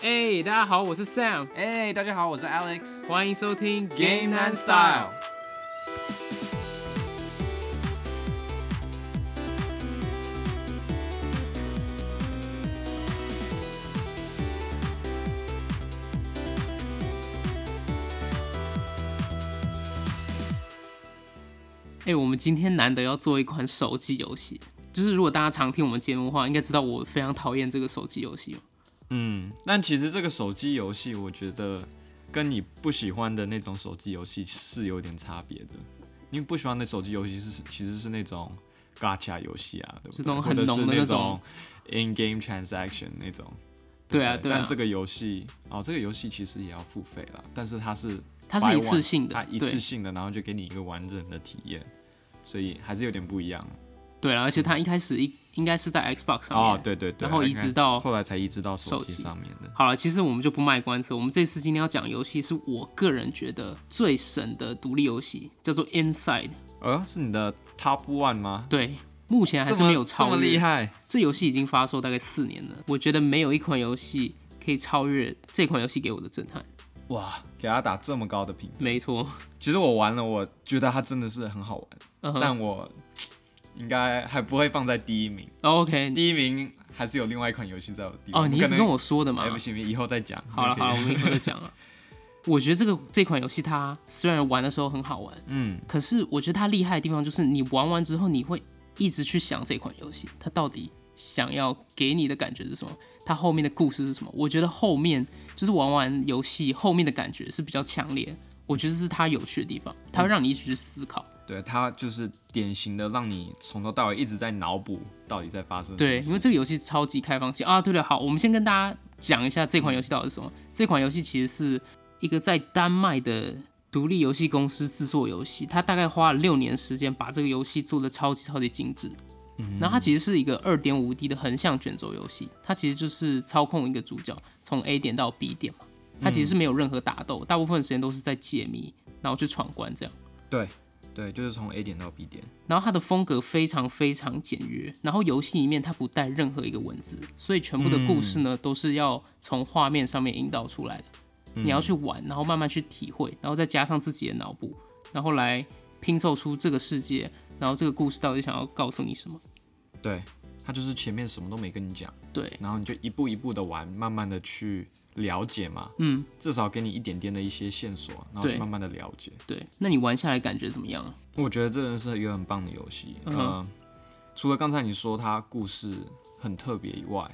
哎、大家好，我是 Sam，哎、大家好，我是 Alex。欢迎收听 Game Game and and Style Style。哎、我们今天难得要做一款手机游戏，就是如果大家常听我们节目的话，应该知道我非常讨厌这个手机游戏嘛。嗯，但其实这个手机游戏，我觉得跟你不喜欢的那种手机游戏是有点差别的。你不喜欢的手机游戏是其实是那种 gacha 游戏啊，对不对？是那种或者很浓的那是那种 in game transaction 那种。对不啊，对啊但，这个游戏哦，这个游戏其实也要付费啦，但是它是它是 by 一次 once，性的它一对次性的，然后就给你一个完整的体验，所以还是有点不一样。对啊，而且它一开始一应该是在 Xbox 上面。哦，对对对，然后移应该植到后来才移植到手手机机上面的。好了，其实我们就不卖关子，我们这次今天要讲游戏是我个人觉得最神的独立游戏，叫做 Inside。呃，是你的 Top One 吗？对，目前还这是么没有这超么厉越。害，这游戏已经发售大概四年了，我觉得没有一款游戏可以超越这款游戏给我的震撼。哇！给他打这么高的评分，没错，其实我玩了，我觉得它真的是很好玩，嗯哼但我应该还不会放在第一名。哦，OK，第一名还是有另外一款游戏在我第一名。哦，你一可直能跟我说的嘛哎，。不行，以后再讲。好了就可以好了，我们以后再讲了。我觉得这个这款游戏它虽然玩的时候很好玩，嗯，可是我觉得它厉害的地方就是，你玩完之后，你会一直去想这款游戏它到底想要给你的感觉是什么，它后面的故事是什么。我觉得后面就是玩完游戏后面的感觉是比较强烈，我觉得这是它有趣的地方，嗯它会让你一直去思考。对，它就是典型的让你从头到尾一直在脑补到底在发生什对，么事。因为这个游戏超级开放性啊。对了，好，我们先跟大家讲一下这款游戏到底是什么。这款游戏其实是一个在丹麦的独立游戏公司制作游戏，它大概花了六年时间把这个游戏做的超级超级精致。然后它其实是一个二点五 D 的横向卷轴游戏，它其实就是操控一个主角从 A 点到 B 点嘛，它其实是没有任何打斗，大部分时间都是在解谜，然后去闯关这样。对对，就是从 A 点到 B 点。然后它的风格非常非常简约，然后游戏里面它不带任何一个文字，所以全部的故事呢、都是要从画面上面引导出来的。你要去玩，然后慢慢去体会，然后再加上自己的脑部，然后来拼凑出这个世界，然后这个故事到底想要告诉你什么？对，它就是前面什么都没跟你讲。对，然后你就一步一步的玩，慢慢的去了解嘛，嗯，至少给你一点点的一些线索，然后对去慢慢的了解。对，那你玩下来感觉怎么样啊？我觉得这真的是一个很棒的游戏。嗯嗯、呃，除了刚才你说它故事很特别以外，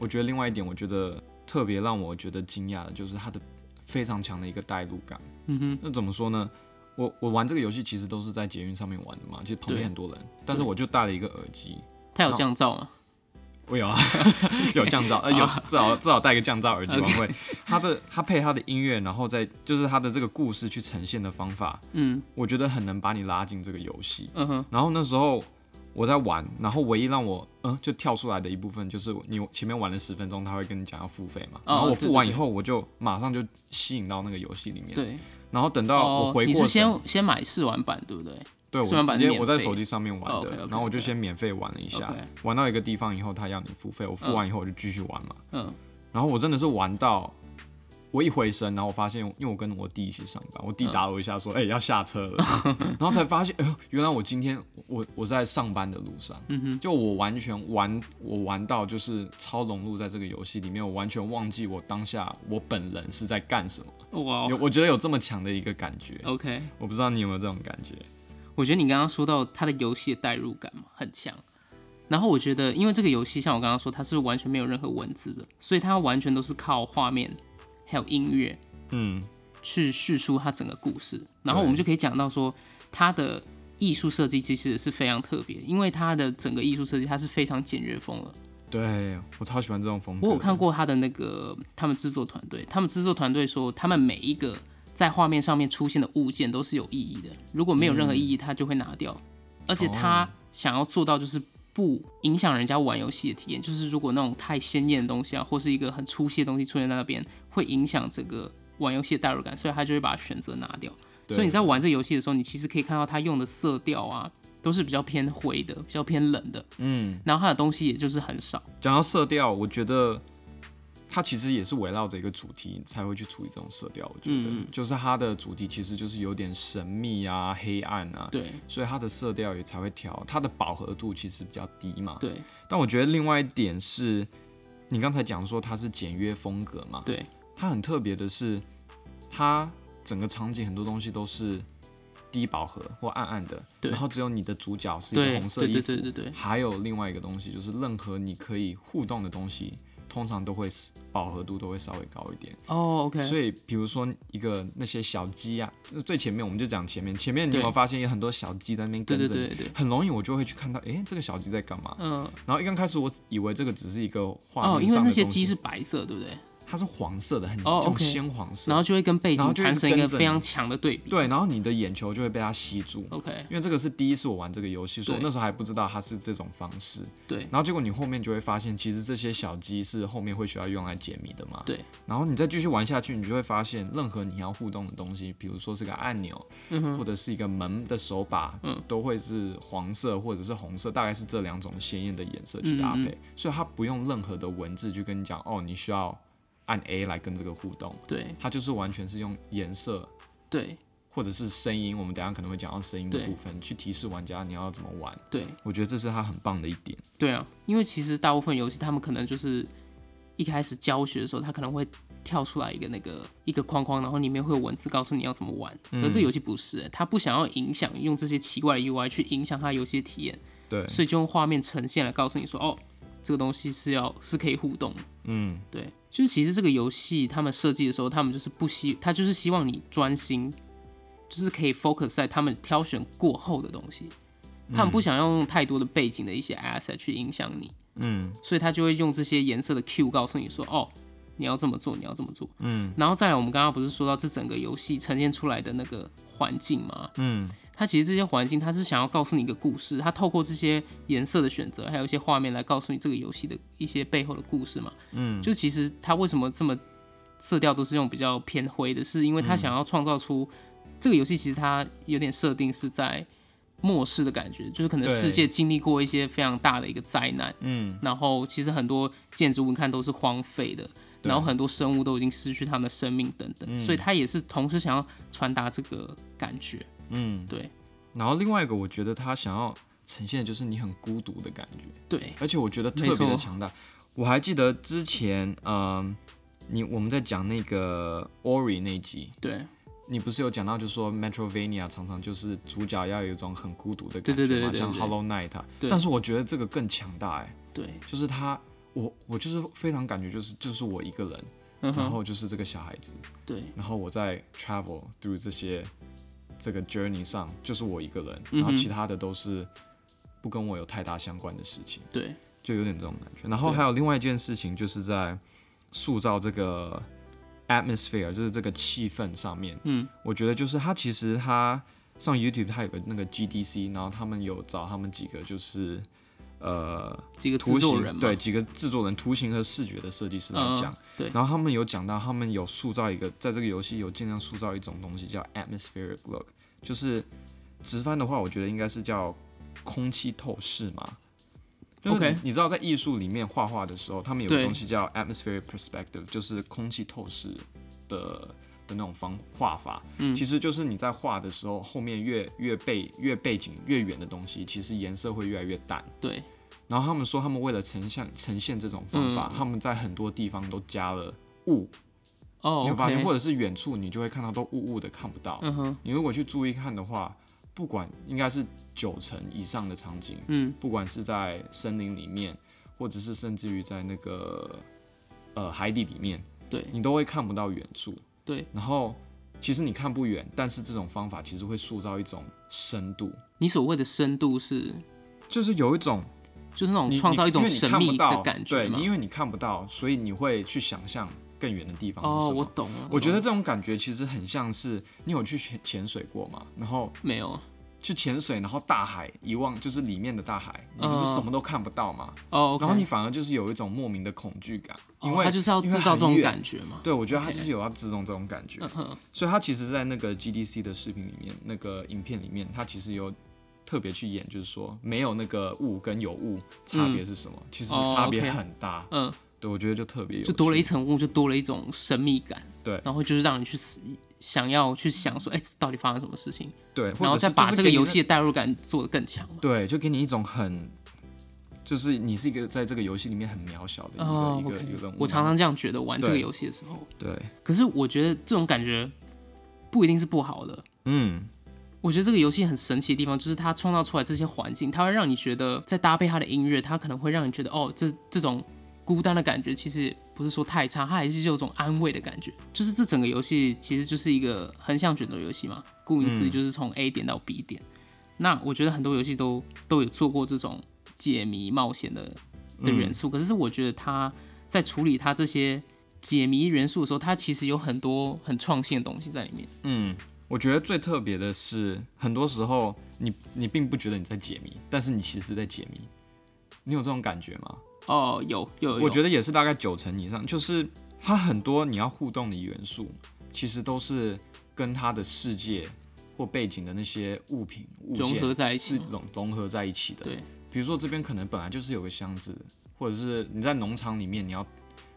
我觉得另外一点，我觉得特别让我觉得惊讶的就是它的非常强的一个代入感。嗯哼，那怎么说呢？我我玩这个游戏其实都是在捷运上面玩的嘛，其实旁对边很多人，但是我就戴了一个耳机，它有降噪吗？我 有啊，有降噪，呃，有啊至少至少戴个降噪耳机玩会。他的他配他的音乐，然后再就是他的这个故事去呈现的方法，嗯我觉得很能把你拉进这个游戏。嗯哼，然后那时候我在玩，然后唯一让我嗯、呃就跳出来的一部分就是你前面玩了十分钟，他会跟你讲要付费嘛，哦然后我对付完对对以后，我就马上就吸引到那个游戏里面。对。然后等到我哦回，你过是神，先先买试玩版对不对？对我试玩版直是接免我在费手机上面玩哦的， ，OK，OK，然后我就先免费玩了一下 OK 玩到一个地方以后，他要你付费，我付完以后我就继续玩嘛。嗯，然后我真的是玩到我一回身，然后我发现，因为我跟我弟一起上班，我弟打我一下嗯说：“哎、要下车了。” 然后才发现，哎、呦，原来我今天我我在上班的路上，嗯就我完全玩我玩到就是超融入在这个游戏里面，我完全忘记我当下我本人是在干什么。哇有我觉得有这么强的一个感觉， ，OK，我不知道你有没有这种感觉？我觉得你刚刚说到它的游戏的代入感嘛很强，然后我觉得因为这个游戏像我刚刚说，它是完全没有任何文字的，所以它完全都是靠画面还有音乐嗯，去叙述它整个故事，然后我们就可以讲到说它的艺术设计其实是非常特别，因为它的整个艺术设计它是非常简约风了。对我超喜欢这种风格。我有看，过他的那个他们制作团队，他们制作团队说，他们每一个在画面上面出现的物件都是有意义的，如果没有任何意嗯义，他就会拿掉。而哦且他想要做到就是不影响人家玩游戏的体验，就是如果那种太鲜艳的东西啊，或是一个很粗细的东西出现在那边，会影响整个玩游戏的代入感，所以他就会把它选择拿掉。对所以你在玩这个游戏的时候，你其实可以看到他用的色调啊，都是比较偏灰的，比较偏冷的，嗯，然后他的东西也就是很少。讲到色调，我觉得它其实也是围绕着一个主题才会去处理这种色调，我觉得，嗯嗯就是它的主题其实就是有点神秘啊、黑暗啊，对所以它的色调也才会调，它的饱和度其实比较低嘛。对但我觉得另外一点是，你刚才讲说它是简约风格嘛，对，它很特别的是，它整个场景很多东西都是低饱和或暗暗的，对然后只有你的主角是一对个红色衣服，对对对对对还有另外一个东西就是任何你可以互动的东西，通常都会是饱和度都会稍微高一点。哦，OK，所以，比如说一个那些小鸡啊，就是最前面我们就讲前面，前面你有没有对发现有很多小鸡在那边对跟着对你？对对，很容易我就会去看到，诶，这个小鸡在干嘛？嗯，然后一刚开始我以为这个只是一个画哦，面因为上的那东西，些鸡是白色，对不对？它是黄色的，很这哦种 OK 鲜黄色。然后就会跟背然景后就一直产生一个跟着非你常强的对比。对，然后你的眼球就会被它吸住， ，OK，因为这个是第一次我玩这个游戏，所以我哦对那时候还不知道它是这种方式。对然后结果你后面就会发现，其实这些小鸡是后面会需要用来解谜的嘛。对。然后你再继续玩下去，你就会发现，任何你要互动的东西，比如说是个按钮，嗯或者是一个门的手把，都会是黄色或者是红色，大概是这两种鲜艳的颜色去嗯搭配。所以它不用任何的文字去跟你讲，哦，你需要按 A 来跟这个互动，对它就是完全是用颜色对或者是声音，我们等一下可能会讲到声音的对部分，去提示玩家你要怎么玩。对我觉得这是它很棒的一点。对啊，因为其实大部分游戏他们可能就是一开始教学的时候，他可能会跳出来一个那个一个框框，然后里面会有文字告诉你要怎么玩。可嗯是这游戏不是、欸，他不想要影响用这些奇怪的 UI 去影响他游戏的体验，对，所以就用画面呈现来告诉你说，哦，这个东西是要是可以互动的。嗯，对，就是其实这个游戏他们设计的时候，他们就是不希，他就是希望你专心，就是可以 focus 在他们挑选过后的东西。嗯他们不想要用太多的背景的一些 asset 去影响你，嗯，所以他就会用这些颜色的 Q 告诉你说，哦，你要这么做，你要这么做，嗯，然后再来，我们刚刚不是说到这整个游戏呈现出来的那个环境吗？嗯，它其实这些环境，它是想要告诉你一个故事，它透过这些颜色的选择，还有一些画面来告诉你这个游戏的一些背后的故事嘛，嗯，就其实它为什么这么色调都是用比较偏灰的，是因为嗯它想要创造出、这个游戏其实它有点设定是在。末世的感觉，就是可能对世界经历过一些非常大的一个灾难，嗯，然后其实很多建筑物你看都是荒废的，对嗯然后很多生物都已经失去它们的生命等等，所以它也是同时想要传达这个感觉。嗯，对然后另外一个，我觉得他想要呈现的就是你很孤独的感觉，对而且我觉得特没别错的强大。我还记得之前，嗯、你我们在讲那个 Ori 那一集，对你不是有讲到，就说 Metrovania 常常就是主角要有一种很孤独的感觉嘛，对对对对对像对 Hollow Knight，、啊、对但是我觉得这个更强大哎、对，就是他，我我就是非常感觉就是就是我一个人，嗯然哼，后就是这个小孩子，对然后我在 travel through 这些这个 journey 上，就是我一个人，嗯哼然后其他的都是不跟我有太大相关的事情，对就有点这种感觉。然后对还有另外一件事情，就是在塑造这个 atmosphere，就是这个气氛上面，嗯，我觉得就是他其实他上 YouTube 他有个那个 GDC，然后他们有找他们几个就是呃几个图制作形人嘛，对几个制作人图形和视觉的设计师来嗯讲，对然后他们有讲到，他们有塑造一个在这个游戏有尽量塑造一种东西叫 atmospheric look，就是直翻的话，我觉得应该是叫空气透视嘛。就是你 OK 你知道在艺术里面画画的时候，他们有个对东西叫 atmospheric perspective，就是空气透视的的那种方画法，嗯其实就是你在画的时候，后面越越背越背景越远的东西，其实颜色会越来越淡。对然后他们说，他们为了呈现呈现这种方嗯法，他们在很多地方都加了雾，哦你有发现， ，OK，或者是远处你就会看到都雾雾的看不到。嗯哼，你如果去注意看的话，不管应该是九成以上的场景，嗯，不管是在森林里面，或者是甚至于在那个呃海底里面，对你都会看不到远处。嗯对，然后其实你看不远，但是这种方法其实会塑造一种深度，你所谓的深度是就是有一种就是那种你创造一因种为你神看不秘到的感觉对，嘛你。因为你看不到，所以你会去想象更远的地方是哦，什么。我懂了，我觉得懂这种感觉其实很像是你有去潜潜水过嘛，然后没有去潜水，然后大海一望就是里面的大海，你嗯不是什么都看不到嘛，哦，OK，然后你反而就是有一种莫名的恐惧感，哦因为他就是要因为制造这种很远感觉嘛，对，我觉得他 OK 就是有要制动这种感觉嗯哼，所以他其实，在那个 GDC 的视频里面，那个影片里面，他其实有特别去演，就是说没有那个雾跟有雾差别是什么，其实哦差别，OK 很大。嗯，对，我觉得就特别有就多了一趣层雾，就多了一种神秘感。对然后就是让你去思想要去想说，哎、到底发生什么事情，对，或然后者再是把就是这个给你游那戏的代入感做得更强嘛。对，就给你一种很，就是你是一个在这个游戏里面很渺小的一个、哦一个，OK，一个任务。我常常这样觉得玩这个啊对游戏的时候，对，可是我觉得这种感觉不一定是不好的。嗯，我觉得这个游戏很神奇的地方，就是它创造出来这些环境，它会让你觉得，再搭配它的音乐，它可能会让你觉得，哦，这这种孤单的感觉其实不是说太差，它还是有种安慰的感觉。就是这整个游戏其实就是一个横向卷轴游戏嘛，顾名思义就是从 A 点到 B 点。那我觉得很多游戏都都有做过这种解谜冒险的的元嗯素，可是我觉得它在处理它这些解谜元素的时候，它其实有很多很创新的东西在里面。嗯，我觉得最特别的是，很多时候你你并不觉得你在解谜，但是你其实在解谜。你有这种感觉吗？哦，有有有，我觉得也是大概九成以上，就是它很多你要互动的元素，其实都是跟它的世界或背景的那些物品物融合件在一起是嘛。融融合在一起的。对，比如说这边可能本来就是有个箱子，或者是你在农场里面，你要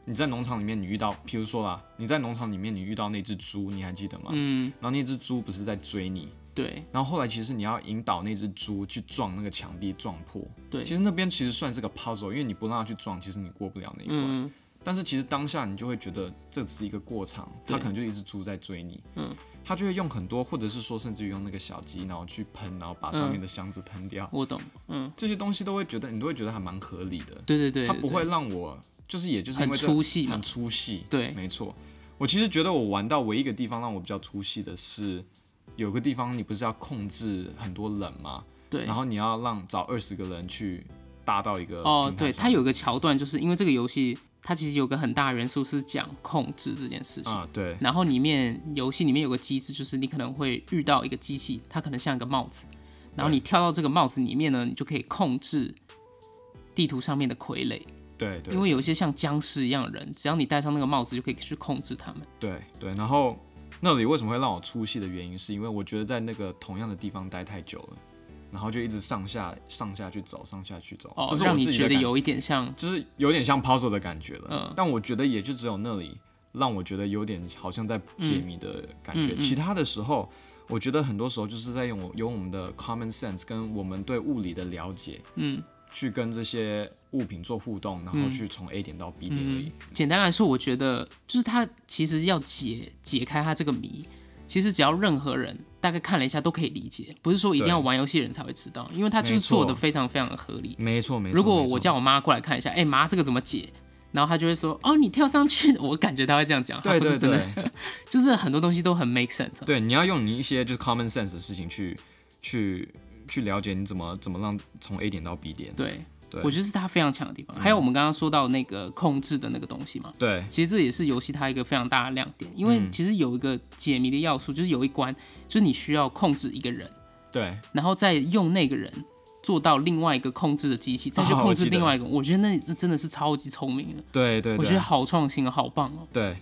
你在农场里面你遇到，比如说啦，你在农场里面你遇到那只猪，你还记得吗？嗯，然后那只猪不是在追你，对然后后来其实你要引导那只猪去撞那个墙壁，撞破。对，其实那边其实算是个 puzzle，因为你不让它去撞，其实你过不了那一关。嗯但是其实当下你就会觉得这只是一个过场，对它可能就一只猪在追你，嗯，它就会用很多，或者是说甚至于用那个小鸡，然后去喷，然后把嗯上面的箱子喷掉，我懂，嗯，这些东西都会觉得你都会觉得还蛮合理的，对对对，它对不会对让我就是也就是因很为这出戏嘛很，出戏，对没错。我其实觉得我玩到唯一一个地方让我比较出戏的是，有个地方你不是要控制很多人吗？对然。后你要让找二十个人去搭到一个哦，平台对，上它有一个桥段，就是因为这个游戏它其实有个很大的元素是讲控制这件事情。啊，对，然后里面游戏里面有个机制，就是你可能会遇到一个机器，它可能像一个帽子，然后你跳到这个帽子里面呢，你就可以控制地图上面的傀儡，对对，因为有一些像僵尸一样的人，只要你戴上那个帽子就可以去控制他们。对对，然后那里为什么会让我出戏的原因，是因为我觉得在那个同样的地方待太久了，然后就一直上下上下去走，上下去走，哦这，是让我你自己觉的得感觉，有一点像就是有点像 puzzle 的感觉了。嗯但我觉得也就只有那里让我觉得有点好像在解谜的感觉，嗯嗯嗯其他的时候。我觉得很多时候就是在用我用我们的 common sense 跟我们对物理的了解，嗯，去跟这些物品做互动，然后去从 A 点到 B 点而已。简单来说，我觉得就是他其实要解解开他这个谜，其实只要任何人大概看了一下都可以理解，不是说一定要对玩游戏的人才会知道，因为他就是没错做的非常非常的合理。没错没错。如果没错我叫我妈过来看一下，哎、妈这个怎么解？然后她就会说，哦，你跳上去，我感觉她会这样讲，她对不是对真的，对，就是很多东西都很 make sense 啊。对，你要用你一些就是 common sense 的事情去去去了解你怎么怎么让从 A 点到 B 点。对，对我觉得是他非常强的地方。还有我们刚刚说到那个控制的那个东西嘛，对其实这也是游戏它一个非常大的亮点，因为嗯其实有一个解谜的要素，就是有一关，就是你需要控制一个人，对然后再用那个人做到另外一个控制的机器，再去 哦控我制记得另外一个。我觉得那那真的是超级聪明的，对对，我觉得对好创新啊，好棒哦！对，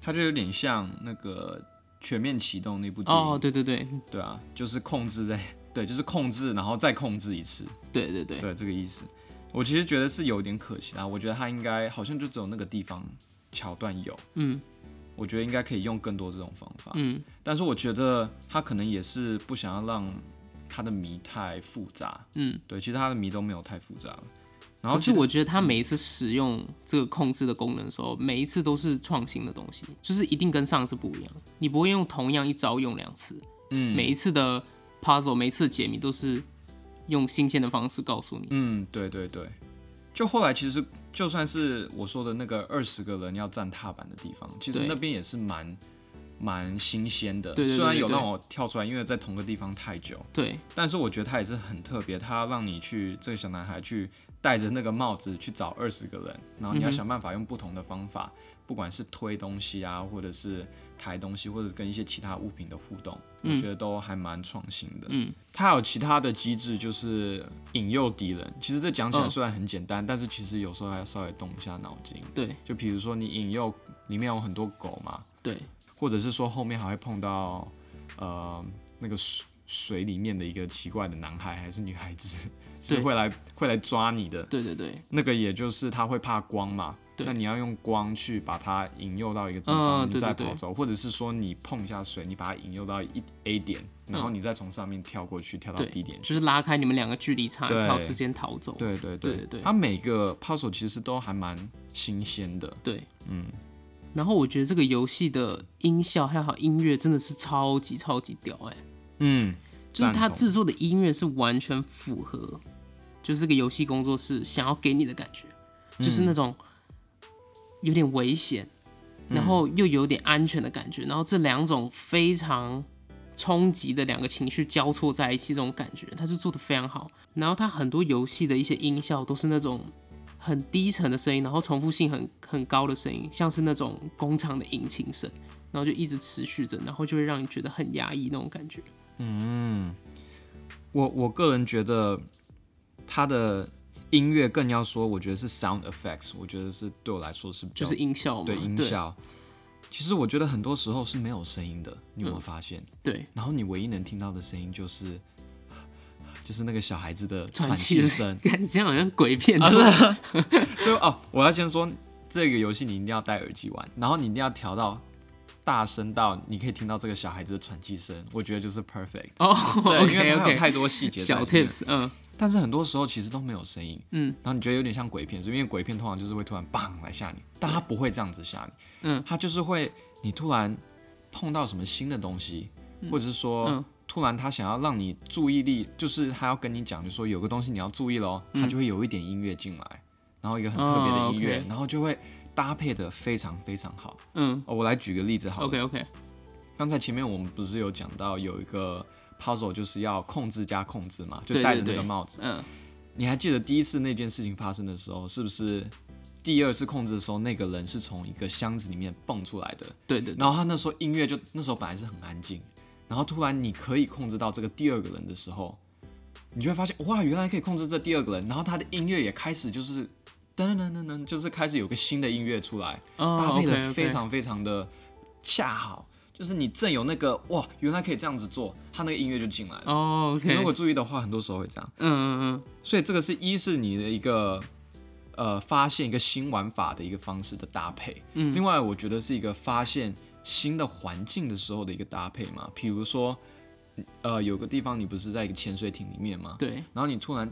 它就有点像那个《全面启动》那部电影。哦，对对对对啊，就是控制在对，就是控制，然后再控制一次。对对对，对，这个意思。我其实觉得是有点可惜啦，我觉得它应该好像就只有那个地方桥段有，嗯我觉得应该可以用更多这种方法。嗯，但是我觉得他可能也是不想要让他的谜太复杂，嗯，对，其实他的谜都没有太复杂了。然后可其是实我觉得他每一次使用这个控制的功能的时候，每一次都是创新的东西，就是一定跟上一次不一样，你不会用同样一招用两次。嗯每一次的 puzzle，每一次的解谜都是用新鲜的方式告诉你。嗯，对对对，就后来其实就算是我说的那个二十个人要站踏板的地方，其实对那边也是蛮蛮新鲜的，对对对虽然有对对让我跳出来，因为在同个地方太久，对但是我觉得他也是很特别，他让你去这个小男孩去戴着那个帽子去找二十个人，然后你要嗯想办法用不同的方法，不管是推东西啊，或者是抬东西，或者是跟一些其他物品的互动，我觉得都还蛮创新的。嗯，它还有其他的机制，就是引诱敌人。其实这讲起来嗯虽然很简单，但是其实有时候还要稍微动一下脑筋。对就比如说你引诱里面有很多狗嘛，对，或者是说后面还会碰到呃那个水水里面的一个奇怪的男孩还是女孩子，对是会来会来抓你的。对对对那个也就是他会怕光嘛，对那你要用光去把它引诱到一个地嗯方，你对再对对跑走，或者是说你碰一下水，你把它引诱到一 A 点，然后你再从上面跳过去，跳到嗯对 B 点去。就是拉开你们两个距离差，对才有时间逃走。对对对对它每个 puzzle 其实都还蛮新鲜的，对嗯，然后我觉得这个游戏的音效还有音乐真的是超级超级屌哎、嗯，就是它赞同制作的音乐是完全符合，就是这个游戏工作室想要给你的感觉，嗯就是那种有点危险，嗯然后又有点安全的感觉，然后这两种非常冲击的两个情绪交错在一起，这种感觉它就做的非常好。然后它很多游戏的一些音效都是那种很低沉的声音，然后重复性很很高的声音，像是那种工厂的引擎声。然后就一直持续着，然后就会让你觉得很压抑那种感觉。我我个人觉得它的音乐更要说，我觉得是 sound effects，我觉得是对我来说是比较就是音效嘛，对音效。其实我觉得很多时候是没有声音的，你嗯有没有发现？对，对然后你唯一能听到的声音就是， 就是那个小孩子的喘喘气气的。声感觉好像鬼片， 哦所以哦，我要先说这个游戏你一定要戴耳机玩，然后你一定要调到大声到你可以听到这个小孩子的喘气声，我觉得就是 perfect。哦啊对 因，OK 为它有 OK，太多细节在小里面 tips，嗯，但是很多时候其实都没有声音，嗯，然后你觉得有点像鬼片，所以因为鬼片通常就是会突然砰来吓你，但它不会这样子吓你，嗯，它就是会你突然碰到什么新的东西，或者是说、嗯突然他想要让你注意力，就是他要跟你讲，就说有个东西你要注意喽，他就会有一点音乐进来，然后一个很特别嗯哦的，OK 音乐，然后就会搭配的非常非常好。嗯哦，我来举个例子好了，OK OK，刚才前面我们不是有讲到有一个 puzzle 就是要控制加控制嘛，就对戴对着那对个帽子。嗯，你还记得第一次那件事情发生的时候，是不是第二次控制的时候，那个人是从一个箱子里面蹦出来的？对对对，然后他那时候音乐就那时候本来是很安静，然后突然你可以控制到这个第二个人的时候，你就会发现哇，原来哦可以控制这第二个人，然后他的音乐也开始就是噔噔噔噔，就是开始有个新的音乐出来，搭哦，OK 配的非 OK，常非常的恰好，就是你正有那个哇，原来可以这样子做，他那个音乐就进来了。哦你如，OK，果注意的话，很多时候会这样。嗯嗯所以这个是一是你的一个呃发现一个新玩法的一个方式的搭配，嗯，另外我觉得是一个发现新的环境的时候的一个搭配嘛，比如说呃有个地方你不是在一个潜水艇里面吗嗯，？对，然后你突然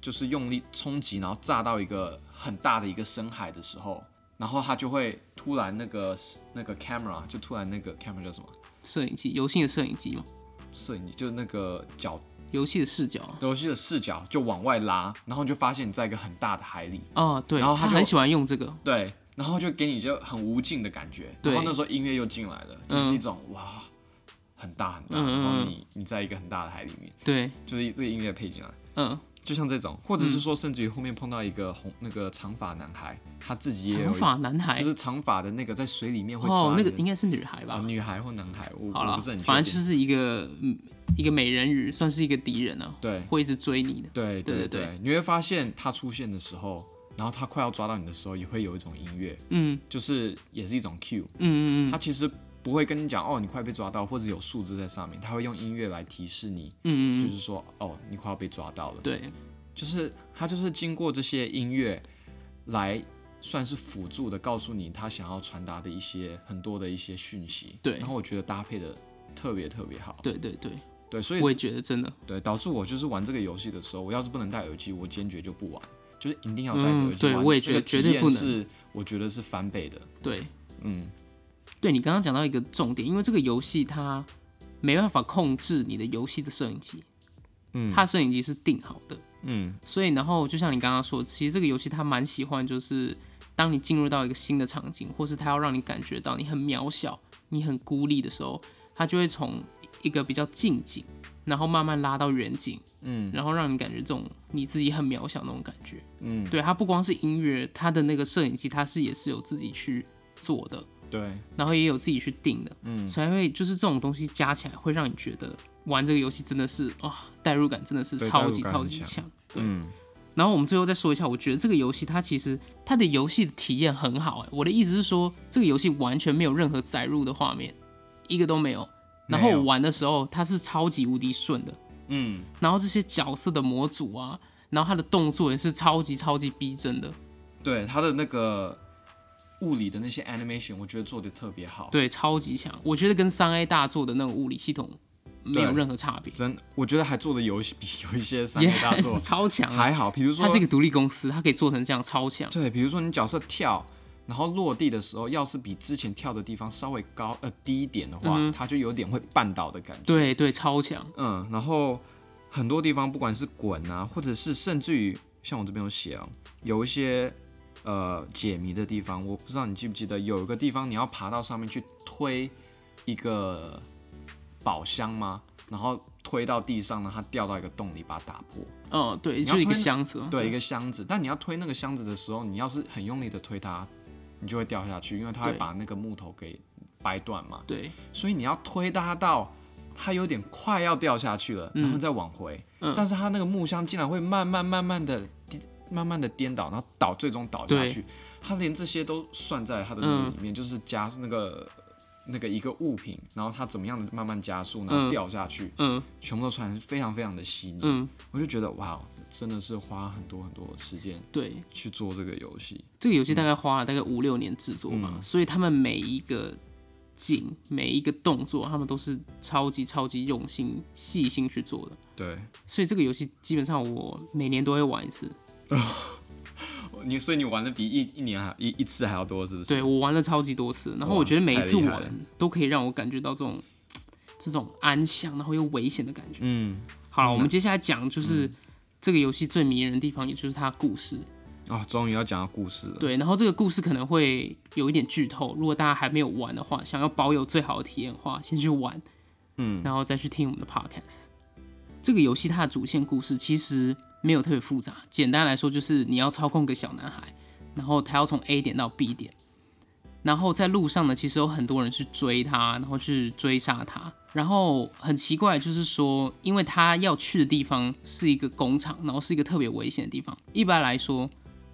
就是用力冲击，然后炸到一个很大的一个深海的时候。然后它就会突然那个那个 camera 就突然那个 camera 叫什么？摄影机，游戏的摄影机嘛，摄影机就是那个角游戏的视角，啊游戏的视角就往外拉，然后你就发现你在一个很大的海里，哦，对，然后他他就很喜欢用这个，对，然后就给你就很无尽的感觉。对然后那时候音乐又进来了，就是一种、哇，很大很大，嗯嗯然后嗯你你在一个很大的海里面，对，就是这个音乐配进来，嗯，就像这种，或者是说甚至于后面碰到一个红那个长发男孩，他自己也有长一发男孩就，是长发的那个在水里面会抓哦，那个人应该是女孩啊吧？女孩或男孩，我好我了不是很，确定，反正就是一个嗯一个美人鱼，算是一个敌人啊，对会一直追你的，对对对对对，你会发现他出现的时候，然后他快要抓到你的时候，也会有一种音乐，嗯就是也是一种 cue。嗯嗯他其实不会跟你讲哦，你快被抓到，或者有数字在上面，他会用音乐来提示你，嗯嗯，就是说哦，你快要被抓到了。，对，就是他就是经过这些音乐来算是辅助的，告诉你他想要传达的一些很多的一些讯息。对然后我觉得搭配的特别特别好。对对对，对，所以我也觉得真的，对导致我就是玩这个游戏的时候，我要是不能戴耳机，我坚决就不玩，就是一定要戴着嗯耳机对玩。我也这觉得个绝体对验不能是我觉得是翻倍的。对嗯，对，你刚刚讲到一个重点，因为这个游戏它没办法控制你的游戏的摄影机，嗯它摄影机是定好的，嗯。所以然后就像你刚刚说，其实这个游戏它蛮喜欢，就是当你进入到一个新的场景，或是它要让你感觉到你很渺小、你很孤立的时候，它就会从一个比较近景，然后慢慢拉到远景，嗯，然后让你感觉这种你自己很渺小那种感觉。嗯，对，它不光是音乐，它的那个摄影机它是也是有自己去做的，对，然后也有自己去定的，嗯，才会就是这种东西加起来会让你觉得玩这个游戏真的是哇，代入感真的是对超级代入感超很级强强。对，嗯然后我们最后再说一下，我觉得这个游戏它其实它的游戏体验很好、哎，我的意思是说，这个游戏完全没有任何载入的画面，一个都没有。然后没有我玩的时候，它是超级无敌顺的，嗯，然后这些角色的模组啊，然后它的动作也是超级超级逼真的，对，他的那个物理的那些 animation，我觉得做的特别好。对，超级强。我觉得跟三 A 大做的那种物理系统没有任何差别，真，我觉得还做的有一些比有 一些三也 A 大作是 超强啊。还好，比如说它是一个独立公司，它可以做成这样，超强。对，比如说你角色跳，然后落地的时候，要是比之前跳的地方稍微高呃低一点的嗯话，它就有点会绊倒的感觉。对对，超强。嗯，然后很多地方不管是滚啊，或者是甚至于像我这边有写啊，有一些呃解谜的地方，我不知道你记不记得，有一个地方你要爬到上面去推一个宝箱吗？然后推到地上，让它掉到一个洞里，把它打破。嗯，对，要就是一个推那箱子嘛。对，一个箱子，但你要推那个箱子的时候，你要是很用力的推它，你就会掉下去，因为它会对把那个木头给掰断嘛。对，所以你要推它到它有点快要掉下去了，然后再往嗯回。但是它那个木箱竟然会慢慢慢慢的慢慢的颠倒，然后倒，最终倒下对嗯去。它连这些都算在它的那个里面，就是加那个那个一个物品，然后它怎么样的慢慢加速，然嗯后掉下去，嗯全部都算是非常非常的细腻。嗯，我就觉得哇，真的是花很多很多的时间对，去做这个游戏。这个游戏大概花了大概五六年制作嗯嘛，所以他们每一个景、每一个动作，他们都是超级超级用心、细心去做的。对，所以这个游戏基本上我每年都会玩一次，你所以你玩的比一一年还一一次还要多，是不是？对我玩了超级多次，然后哇我觉得每一次太厉害了玩都可以让我感觉到这种这种安详，然后又危险的感觉。嗯，好了，我们接下来讲就是这个游戏最迷人的地方，也就是它的故事。哦，终于要讲到故事了。对，然后这个故事可能会有一点剧透，如果大家还没有玩的话，想要保有最好的体验的话，先去玩，嗯，然后再去听我们的 podcast。这个游戏它的主线故事其实没有特别复杂，简单来说就是你要操控一个小男孩，然后他要从 A 点到 B 点，然后在路上呢，其实有很多人去追他，然后去追杀他。然后很奇怪，就是说，因为他要去的地方是一个工厂，然后是一个特别危险的地方。一般来说，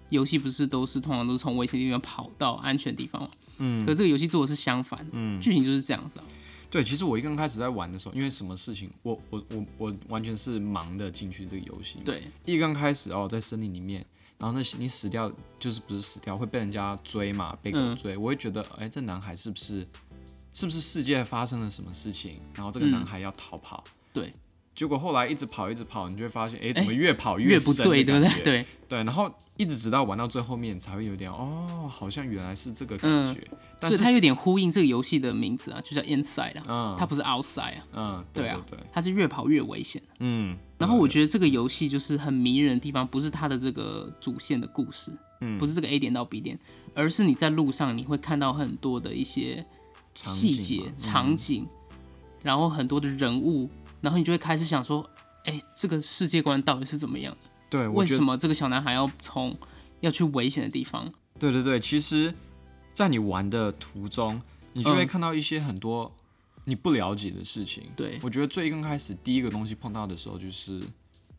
游戏不是都是通常都是从危险地方跑到安全地方嘛？嗯。可这个游戏做的是相反的，嗯，剧情就是这样子啊。对，其实我一刚开始在玩的时候，因为什么事情，我我我我完全是忙的进去这个游戏。，对一刚开始哦，在森林里面，然后那些你死掉，就是不是死掉会被人家追嘛，被狗嗯追，我会觉得，哎，这男孩是不是是不是世界发生了什么事情，然后这个男孩要逃跑。嗯对，结果后来一直跑，一直跑，你就会发现，哎、哎怎么越跑越不深的对，对不感觉对？对对，然后一直直到玩到最后面，才会有点哦，好像原来是这个感觉。嗯所但以是它有点呼应这个游戏的名字啊，就叫 Inside 啊，嗯它不是 Outside 啊，嗯，对对啊对对，它是越跑越危险。嗯，然后我觉得这个游戏就是很迷人的地方，不是它的这个主线的故事，嗯，不是这个 A 点到 B 点，而是你在路上你会看到很多的一些场嗯景细嘛节、场景，然后很多的人物，然后你就会开始想说，哎，这个世界观到底是怎么样的？对，我为觉什得么这个小男孩要从要去危险的地方？对对对，其实，在你玩的途中，你就会看到一些很多你不了解的事情。对我觉得最刚开始第一个东西碰到的时候，就是，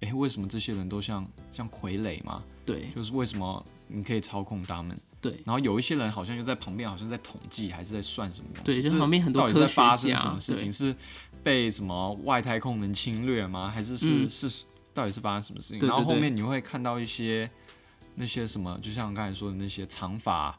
哎，为什么这些人都像像傀儡嘛？对就是为什么你可以操控他们？对然后有一些人好像又在旁边，好像在统计还是在算什么东西。对就这旁边很多到底是在科学发生家什么事对情？是被什么外太空人侵略吗？还是是、是到底是发生什么事嗯情？对对然后后对面你会看到一些那些什么，就像我刚才说的那些长发，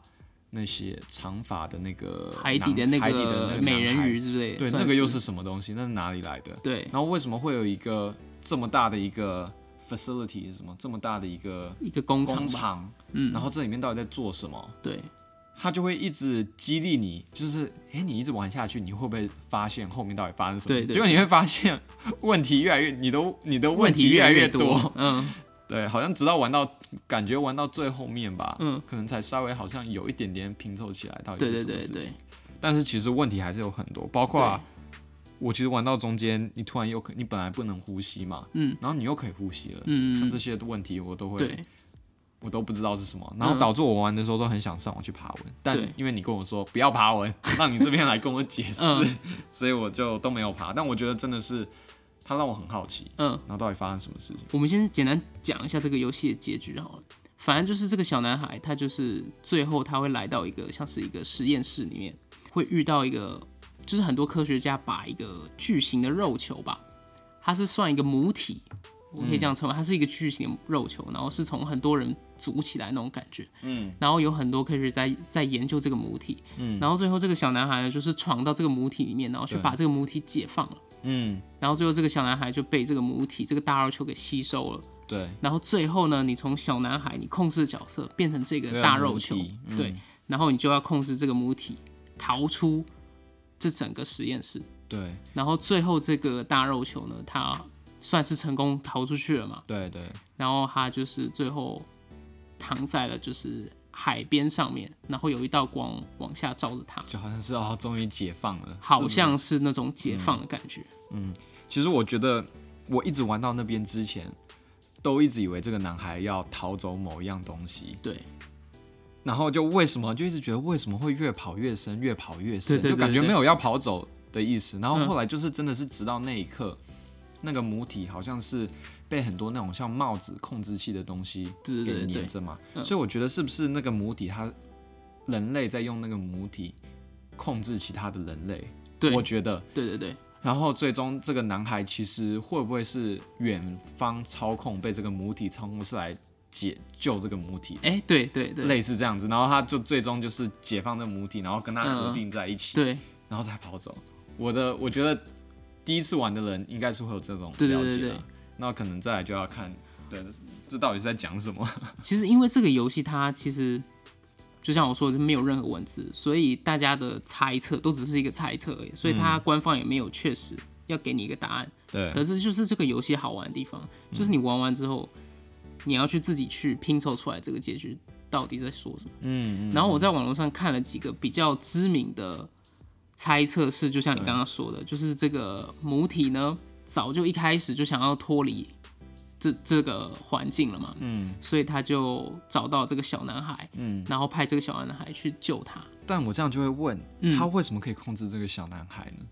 那些长发的那个海底的男那海底的那个个美男人孩鱼，之类的，对，算那个又是什么东西？那是哪里来的？对然后为什么会有一个这么大的一个 facility 什么这么大的一个一个工厂工吧，厂？嗯然后这里面到底在做什么？对他就会一直激励你，就是哎，诶你一直玩下去，你会不会发现后面到底发生什么？对对结果你会发现问题越来越，你的你的问题越来越多， 嗯。对，好像直到玩到感觉玩到最后面吧，嗯，可能才稍微好像有一点点拼凑起来到底对是对什么对事对情。但是其实问题还是有很多，包括我其实玩到中间，你突然又可你本来不能呼吸嘛，嗯，然后你又可以呼吸了，嗯像这些问题我都会对我都不知道是什么，然后导致我玩的时候都很想上网去爬文，但嗯对因为你跟我说不要爬 文，让你这边来跟我解释，嗯所以我就都没有爬。但我觉得真的是它让我很好奇，嗯，然后到底发生什么事情？我们先简单讲一下这个游戏的结局好了。反正就是这个小男孩，他就是最后他会来到一个像是一个实验室里面，会遇到一个就是很多科学家把一个巨型的肉球吧，它是算一个母体，我可以这样称为，它是一个巨型的肉球，然后是从很多人组起来那种感觉，嗯，然后有很多科学在在研究这个母体，嗯，然后最后这个小男孩呢，就是闯到这个母体里面，然后去对把这个母体解放了，嗯，然后最后这个小男孩就被这个母体这个大肉球给吸收了，对，然后最后呢，你从小男孩你控制角色变成这这个个大肉母球，体嗯对然后你就要控制这个母体逃出这整个实验室，对然后最后这个大肉球呢，它算是成功逃出去了嘛，对对，然后它就是最后躺在了就是海边上面，然后有一道光往下照着它，就好像是哦，终于解放了，是好不是像是那种解放的感觉。其实我觉得，我一直玩到那边之前，都一直以为这个男孩要逃走某一样东西，对，然后就为什么就一直觉得为什么会越跑越深，越跑越深，对对对就感觉对没有要跑走的意思。然后嗯后来就是真的是直到那一刻，那个母体好像是被很多那种像帽子控制器的东西对对给对对粘着嘛，嗯所以我觉得是不是那个母体它人类在用那个母体控制其他的人类？对，我觉得对对对，然后最终这个男孩其实会不会是远方操控，被这个母体操控是来解救这个母体的，哎，对对对，类似这样子。然后他就最终就是解放这个母体，然后跟他合并在一起，嗯对然后再跑走。我的我觉得第一次玩的人应该是会有这种了解对啦对对对。那可能再来就要看，对，这这到底是在讲什么？其实因为这个游戏它其实就像我说的，没有任何文字，所以大家的猜测都只是一个猜测而已，所以它官方也没有确实要给你一个答案。对可是就是这个游戏好玩的地方，就是你玩完之后，你要去自己去拼凑出来这个结局到底在说什么。嗯嗯，然后我在网络上看了几个比较知名的猜测是，就像你刚刚说的，就是这个母体呢，早就一开始就想要脱离这这个环境了嘛，嗯所以他就找到这个小男孩，嗯。然后派这个小男孩去救他。但我这样就会问，嗯他为什么可以控制这个小男孩呢？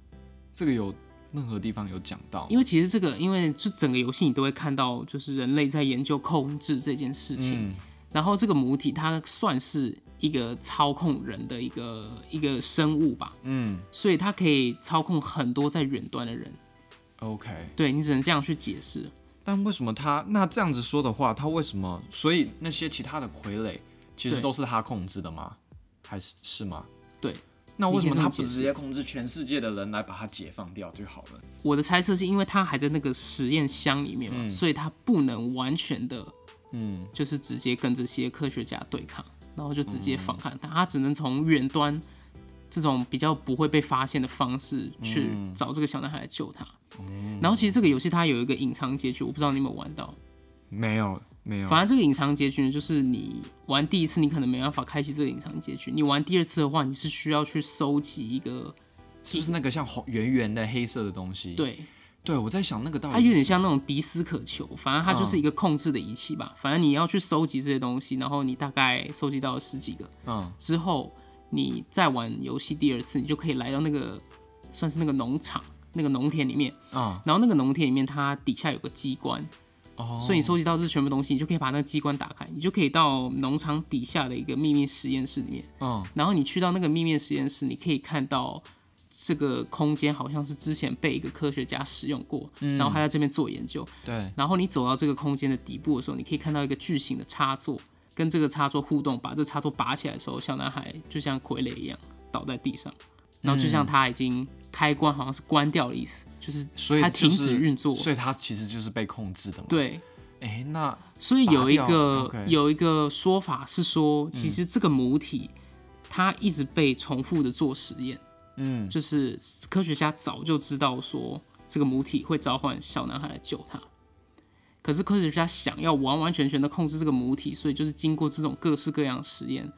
这个有任何地方有讲到吗？因为其实这个，因为这整个游戏你都会看到，就是人类在研究控制这件事情。嗯然后这个母体它算是一个操控人的一个一个生物吧，嗯所以它可以操控很多在远端的人。 ，OK。对你只能这样去解释。但为什么他那这样子说的话，他为什么？所以那些其他的傀儡其实对都是他控制的吗？还是是吗？对。那为什么他你可不以这么解释直接控制全世界的人来把它解放掉就好了？我的猜测是因为它还在那个实验箱里面嘛，嗯所以它不能完全的，嗯就是直接跟这些科学家对抗，然后就直嗯接反抗它，它只能从远端这种比较不会被发现的方式去嗯找这个小男孩来救他。然后其实这个游戏它有一个隐藏结局，我不知道你有没有玩到。没有没有反正这个隐藏结局呢，就是你玩第一次，你可能没办法开启这个隐藏结局；你玩第二次的话，你是需要去收集一个是不是那个像红圆圆的黑色的东西？，对，对我在想那个到底它有点像那种迪斯可球，反正它嗯就是一个控制的仪器吧。反正你要去收集这些东西，然后你大概收集到了十几个嗯之后，你再玩游戏第二次，你就可以来到那个算是那个农场。那个农田里面，嗯然后那个农田里面它底下有个机关，哦，所以你收集到这全部东西，你就可以把那个机关打开，你就可以到农场底下的一个秘密实验室里面。嗯然后你去到那个秘密实验室，你可以看到这个空间好像是之前被一个科学家使用过，嗯然后他在这边做研究。对然后你走到这个空间的底部的时候，你可以看到一个巨型的插座，跟这个插座互动，把这插座拔起来的时候，小男孩就像傀儡一样倒在地上，嗯然后就像他已经开关好像是关掉的意思，就是所以它就停是止运作。所以它其实就是被控制的嘛。，对，哎、那所以有一拔掉个，OK 嗯有一个说法是说，其实这个母体它一直被重复的做实验。嗯就是科学家早就知道说这个母体会召唤小男孩来救他，可是科学家想要完完全全的控制这个母体，所以就是经过这种各式各样的实验，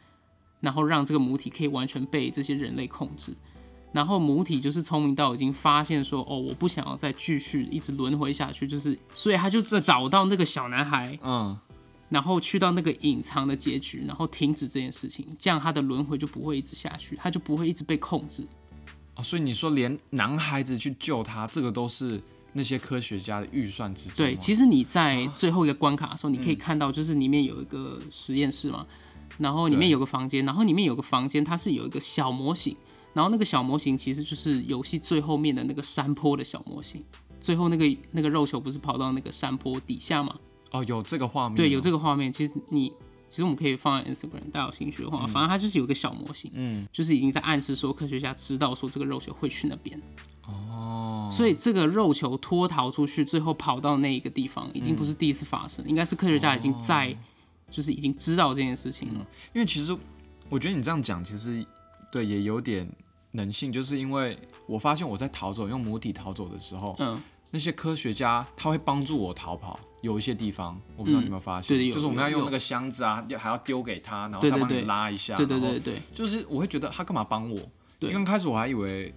然后让这个母体可以完全被这些人类控制。然后母体就是聪明到已经发现说，哦，我不想要再继续一直轮回下去，就是所以他就找到那个小男孩，嗯然后去到那个隐藏的结局，然后停止这件事情，这样他的轮回就不会一直下去，他就不会一直被控制。哦，所以你说连男孩子去救他，这个都是那些科学家的预算之中吗。对，其实你在最后一个关卡的时候，你可以看到，就是里面有一个实验室嘛，然后里面对有个房间，然后里面有个房间，它是有一个小模型，然后那个小模型其实就是游戏最后面的那个山坡的小模型，最后那个那个肉球不是跑到那个山坡底下嘛？哦，有这个画面，对，有这个，个画面。其实你其实我们可以放在 Instagram，大家有兴趣的话，反正它就是有一个小模型，嗯，就是已经在暗示说科学家知道说这个肉球会去那边，哦，所以这个肉球脱逃出去，最后跑到那一个地方，已经不嗯是第一次发生，应该是科学家已经在、哦就是已经知道这件事情了。因为其实我觉得你这样讲，其实对也有点能性，就是因为我发现我在逃走，用母体逃走的时候，嗯，那些科学家他会帮助我逃跑。有一些地方，我不知道你有没有发现，嗯对对有就是我们要有用那个箱子啊，要还要丢给他，然后对他对帮你对拉一下，对对然后对对，就是我会觉得他干嘛帮我？对刚开始我还以为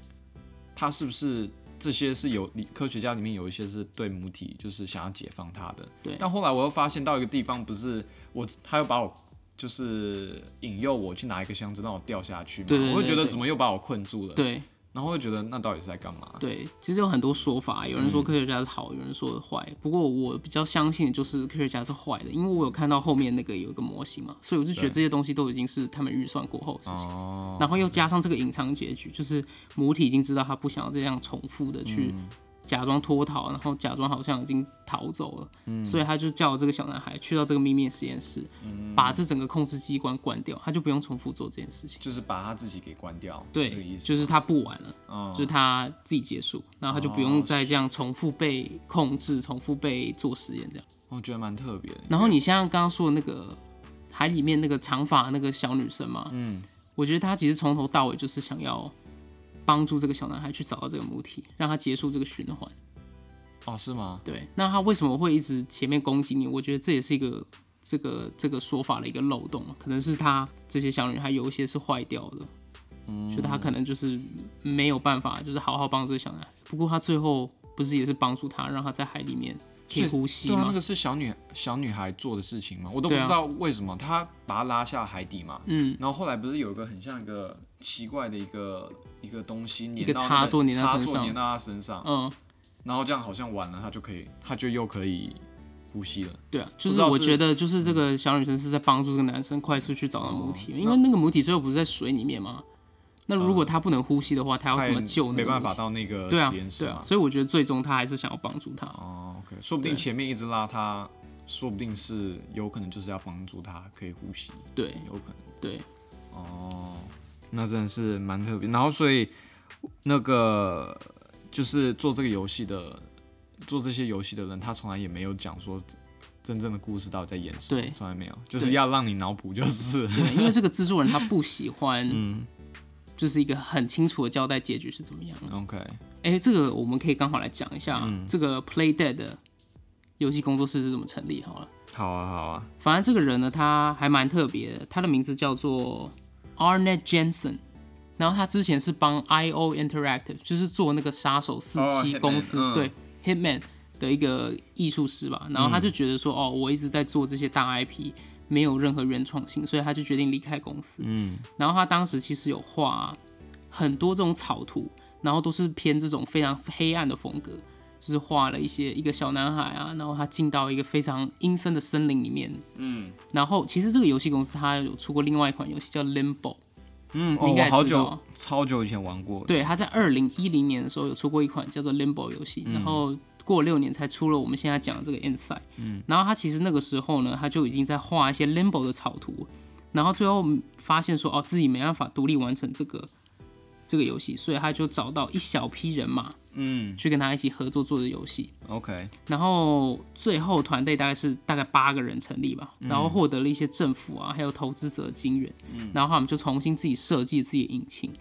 他是不是这些是有理科学家里面有一些是对母体就是想要解放他的，对但后来我又发现到一个地方，不是我他又把我就是引诱我去拿一个箱子让我掉下去嘛，对对对我会觉得对怎么又把我困住了，对然后会觉得那到底是在干嘛？对，其实有很多说法，有嗯人说科学家是好，有人说坏。不过我比较相信的就是科学家是坏的，因为我有看到后面那个有一个模型嘛，所以我就觉得对这些东西都已经是他们预算过后的事情。哦，然后又加上这个隐藏结局，就是母体已经知道他不想要这样重复的去嗯假装脱逃，然后假装好像已经逃走了，嗯所以他就叫这个小男孩去到这个秘密的实验室，嗯把这整个控制机关关掉，他就不用重复做这件事情。就是把他自己给关掉，是这个对，意思，就是他不玩了，嗯就是他自己结束，然后他就不哦用再这样重复被控制、重复被做实验这样。我哦觉得蛮特别的，然后你像刚刚说的那个海里面那个长发的那个小女生嘛，嗯，我觉得她其实从头到尾就是想要帮助这个小男孩去找到这个母体，让他结束这个循环。哦是吗？对，那他为什么会一直前面攻击你？我觉得这也是一个这个这个说法的一个漏洞，可能是他这些小女孩有一些是坏掉的，嗯就他可能就是没有办法，就是好好帮助这个小男孩。不过他最后不是也是帮助他，让他在海里面可以呼吸对啊，那吗？个是小女小女孩做的事情吗？我都不对啊知道为什么她把她拉下海底嘛。嗯，然后后来不是有一个很像一个奇怪的一个一个东西粘到、那个插座粘在插身座上粘到她身上，嗯，然后这样好像完了，她就可以，她就又可以呼吸了。对啊，就不知是道我是嗯觉得就是这个小女生是在帮助这个男生快速去找到母体，哦因为那个母体最后不是在水里面吗？那如果他不能呼吸的话，他要嗯她怎么也救那没个办母法体？到那个对啊实验，室对嘛。啊，所以我觉得最终他还是想要帮助他。哦，OK，说不定对前面一直拉她，说不定是有可能就是要帮助她可以呼吸，对有可能。对，哦，那真的是蛮特别。然后所以那个就是做这个游戏的，做这些游戏的人，他从来也没有讲说真正的故事到底在演什么，对从来没有，就是要让你脑补，就是对，因为这个制作人他不喜欢，嗯就是一个很清楚的交代结局是怎么样的。 OK，哎、这个我们可以刚好来讲一下、嗯这个 Play Dead 的游戏工作室是怎么成立好了。好啊，好啊，反正这个人呢，他还蛮特别的，他的名字叫做 Arnett Jensen。然后他之前是帮 IO Interactive，就是做那个杀手四哦七 Hitman，公司、嗯对 Hitman 的一个艺术师吧。然后他就觉得嗯说，哦，我一直在做这些大 IP，没有任何原创性，所以他就决定离开公司。嗯，然后他当时其实有画很多这种草图，然后都是偏这种非常黑暗的风格，就是画了一些一个小男孩啊，然后他进到一个非常阴森的森林里面，嗯，然后其实这个游戏公司它有出过另外一款游戏叫 Limbo，嗯，你哦，应该我也好知道久，超久以前玩过，对，它在二零一零年的时候有出过一款叫做 Limbo 游戏，然后过六年才出了我们现在讲的这个 Inside，嗯，然后他其实那个时候呢，他就已经在画一些 Limbo 的草图，然后最后发现说哦自己没办法独立完成这个这个游戏，所以他就找到一小批人马嗯去跟他一起合作做的游戏， ，OK，然后最后团队大概是大概八个人成立吧，然后获得了一些政府啊，还有投资者的金援，然后他们就重新自己设计自己的引擎，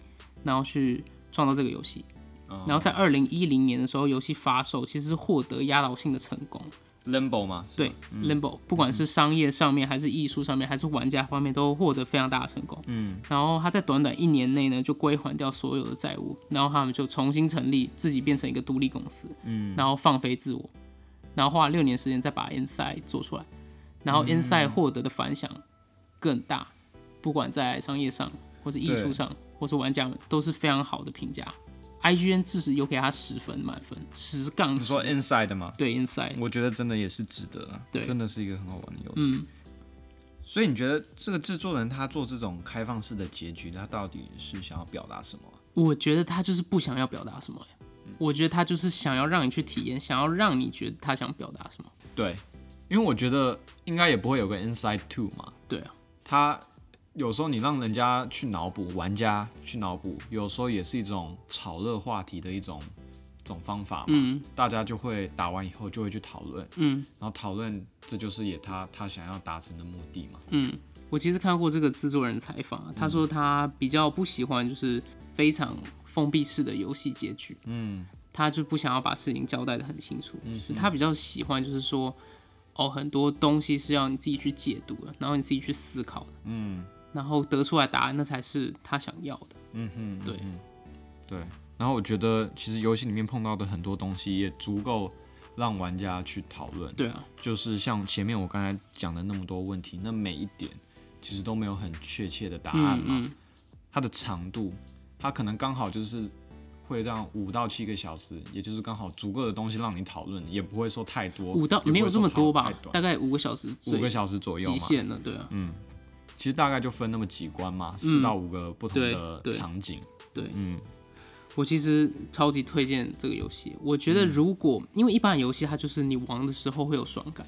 然后去创造这个游戏。哦然后在二零一零年的时候，游戏发售其实是获得压倒性的成功。 Limbo 嘛，是对吧， Limbo 不管是商业上面，还是艺术上面，还是玩家方面，都获得非常大的成功。嗯，然后他在短短一年内呢，就归还掉所有的债务，然后他们就重新成立，自己变成一个独立公司。嗯，然后放飞自我，然后花了六年时间再把 Inside 做出来，然嗯后 Inside 获得的反响更大，不管在商业上，或是艺术对上，或是玩家们，都是非常好的评价。IGN 至少有给他十分满分，十杠你说十。 Inside 嘛，对 Inside，我觉得真的也是值得啊，对真的是一个很好玩的游戏。嗯，所以你觉得这个制作人他做这种开放式的结局，他到底是想要表达什么啊？嗯我觉得他就是不想要表达什么、欸我觉得他就是想要让你去体验，想要让你觉得他想表达什么。对，因为我觉得应该也不会有个 Inside Two 嘛，对啊，他有时候你让人家去脑补，玩家去脑补，有时候也是一种炒热话题的一种一种方法嘛。嗯大家就会打完以后就会去讨论，嗯然后讨论这就是也他他想要达成的目的嘛。嗯。我其实看过这个制作人采访啊，他说他比较不喜欢就是非常封闭式的游戏结局，嗯他就不想要把事情交代的很清楚，嗯所以他比较喜欢就是说，哦，很多东西是要你自己去解读的，然后你自己去思考的，嗯然后得出来答案那才是他想要的。嗯哼，对嗯对。然后我觉得其实游戏里面碰到的很多东西也足够让玩家去讨论，对啊，就是像前面我刚才讲的那么多问题，那每一点其实都没有很确切的答案嗯嘛。嗯，它的长度，它可能刚好就是会让五到七个小时，也就是刚好足够的东西让你讨论，也不会说太多，五到也不会没有这么说讨多吧太，短大概五个小时五最个小时左右极嘛。限了，对啊，嗯，其实大概就分那么几关嘛，四、到五个不同对的对场景。对嗯我其实超级推荐这个游戏，我觉得如果、因为一般的游戏它就是你玩的时候会有爽感。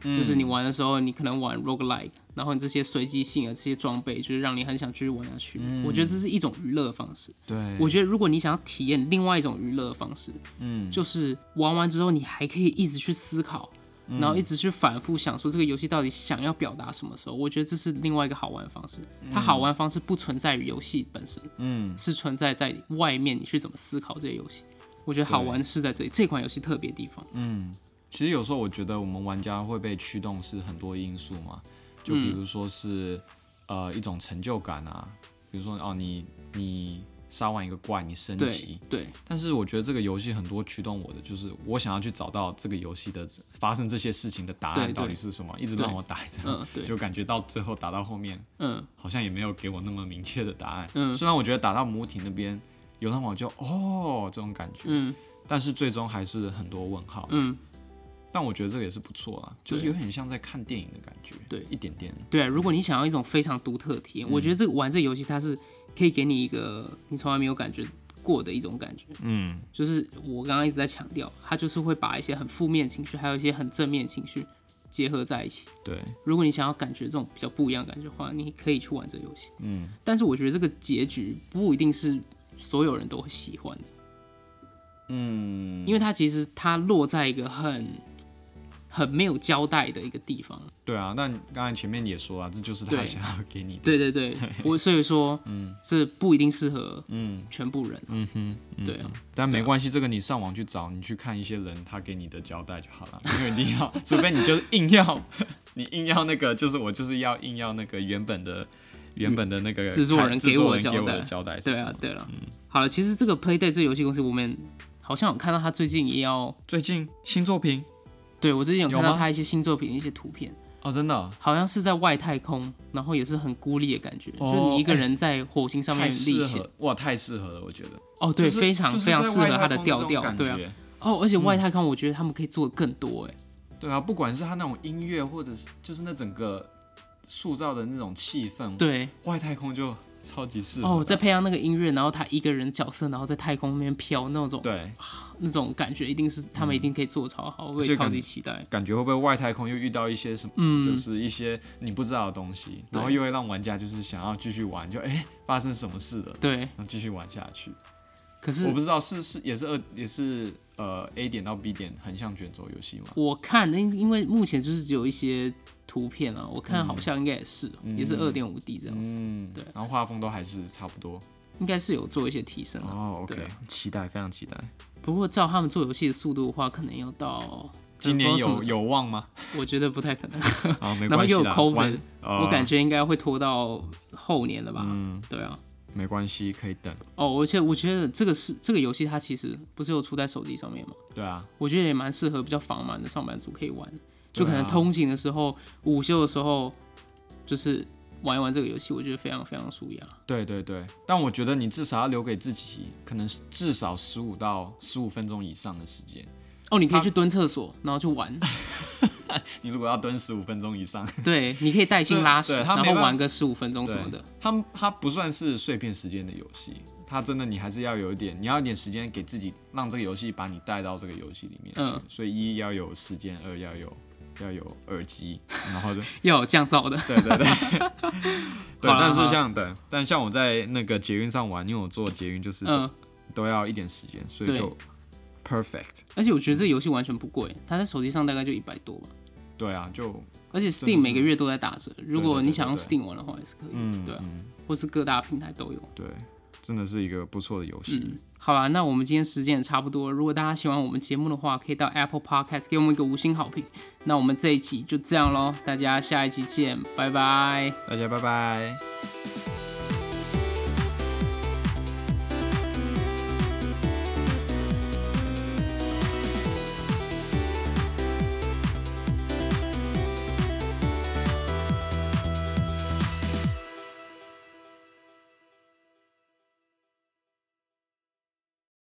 就是你玩的时候，你可能玩 roguelike，然后你这些随机性啊，这些装备，就是让你很想继续玩下去。我觉得这是一种娱乐的方式。对，我觉得如果你想要体验另外一种娱乐的方式，嗯就是玩完之后你还可以一直去思考，嗯然后一直去反复想说这个游戏到底想要表达什么时候，我觉得这是另外一个好玩的方式。它好玩的方式不存在于游戏本身，嗯是存在在外面你去怎么思考这些游戏。我觉得好玩是在这里，这款游戏特别的地方。嗯，其实有时候我觉得我们玩家会被驱动是很多因素嘛，就比如说是、呃一种成就感啊，比如说哦你你杀完一个怪你升级对，对，但是我觉得这个游戏很多驱动我的，就是我想要去找到这个游戏的发生这些事情的答对案对到底是什么，一直对让我打，一直让嗯，对， 就感觉到最后打到后面嗯，好像也没有给我那么明确的答案。嗯虽然我觉得打到母体那边有让我就哦这种感觉，嗯但是最终还是很多问号。嗯，但我觉得这个也是不错啦，对就是有点像在看电影的感觉，对一点点。对啊。如果你想要一种非常独特的体嗯验，我觉得这个玩这个游戏它是可以给你一个你从来没有感觉过的一种感觉。嗯就是我刚刚一直在强调，它就是会把一些很负面的情绪，还有一些很正面的情绪结合在一起。对，如果你想要感觉这种比较不一样的感觉的话，你可以去玩这个游戏。嗯但是我觉得这个结局不一定是所有人都会喜欢的，嗯，因为它其实它落在一个很很没有交代的一个地方。对啊。但刚才前面也说啊，这就是他对想要给你的。对对 对，我所以说，嗯，这不一定适合嗯全部人。嗯哼，嗯对啊，但没关系，这个你上网去找，你去看一些人他给你的交代就好了， 没有一定要，除非你就是硬要，你硬要那个，就是我就是要硬要那个原本的原本的那个嗯制作人制给我作的人给交我代的交代是嗯对什啊么。，对了，好了，其实这个 Playday 这个游戏公司，我们好像有看到他最近也要最近新作品对我最近有看有到吗他一些新作品的一些图片，哦，真的哦好像是在外太空，然后也是很孤立的感觉，哦就是你一个人在火星上面太历适险。合哇，太适合了，我觉得。哦，对，就是非常、就是非常在适外合太他的空调这种调，感对啊。觉嗯哦，而且外太空，我觉得他们可以做的更多，哎、对啊，不管是他那种音乐，或者是就是那整个塑造的那种气氛，对，外太空就超级适合的。哦，再配上那个音乐，然后他一个人角色，然后在太空那边飘，那种对，那种感觉，一定是他们一定可以做得超好，我而也且超感级觉期待。感觉会不会外太空又遇到一些什么，嗯就是一些你不知道的东西，然后对又会让玩家就是想要继续玩，就哎、诶发生什么事了，对，然后继续玩下去。可是我不知道是是也是二也是呃 A 点到 B 点横向卷轴游戏嘛，我看，因因为目前就是只有一些图片啊，我看好像应该也是，哦也是二点五 D 这样子，嗯，对，然后画风都还是差不多。应该是有做一些提升啊。哦对，OK，期待，非常期待。不过照他们做游戏的速度的话，可能要到今年有，可能不知道什么时有望吗？候我觉得不太可 能。啊，没 然后关系又有啦， COVID，玩呃我感觉应该会拖到后年了吧？嗯，对啊。没关系，可以等。哦，而且我觉得这个是这个游戏，它其实不是有出在手机上面吗？对啊，我觉得也蛮适合比较防蛮的上班族可以玩，就对啊可能通勤的时候、午休的时候，就是玩一玩这个游戏，我觉得非常非常舒压。对对对，但我觉得你至少要留给自己，可能是至少十五到十五分钟以上的时间。哦，你可以去蹲厕所，然后去玩。 你如果要蹲十五分钟以上， 对，你可以带薪拉屎，对对他然没后办法玩个十五分钟什么对的。，它它不算是碎片时间的游戏，它真的你还是要有一点，你要有点时间给自己，让这个游戏把你带到这个游戏里面去。嗯所以一要有时间，二要有要有耳 机，然后就要有降噪的对对对，对。好啦但好是啦像对，但像我在那个捷运上玩，因为我做捷运就是嗯，都要一点时间，所以对就 perfect。而且我觉得这个游戏完全不贵，它在手机上大概就一百多吧，对啊，就而且的 Steam 是每个月都在打折，如果你想用对 Steam 玩的话也是可以，嗯，对啊嗯或是各大平台都有。对，真的是一个不错的游戏。嗯，好啦，那我们今天时间也差不多了。如果大家喜欢我们节目的话，可以到 Apple Podcast 给我们一个五星好评。那我们这一集就这样喽，大家下一集见，拜拜。大家拜拜。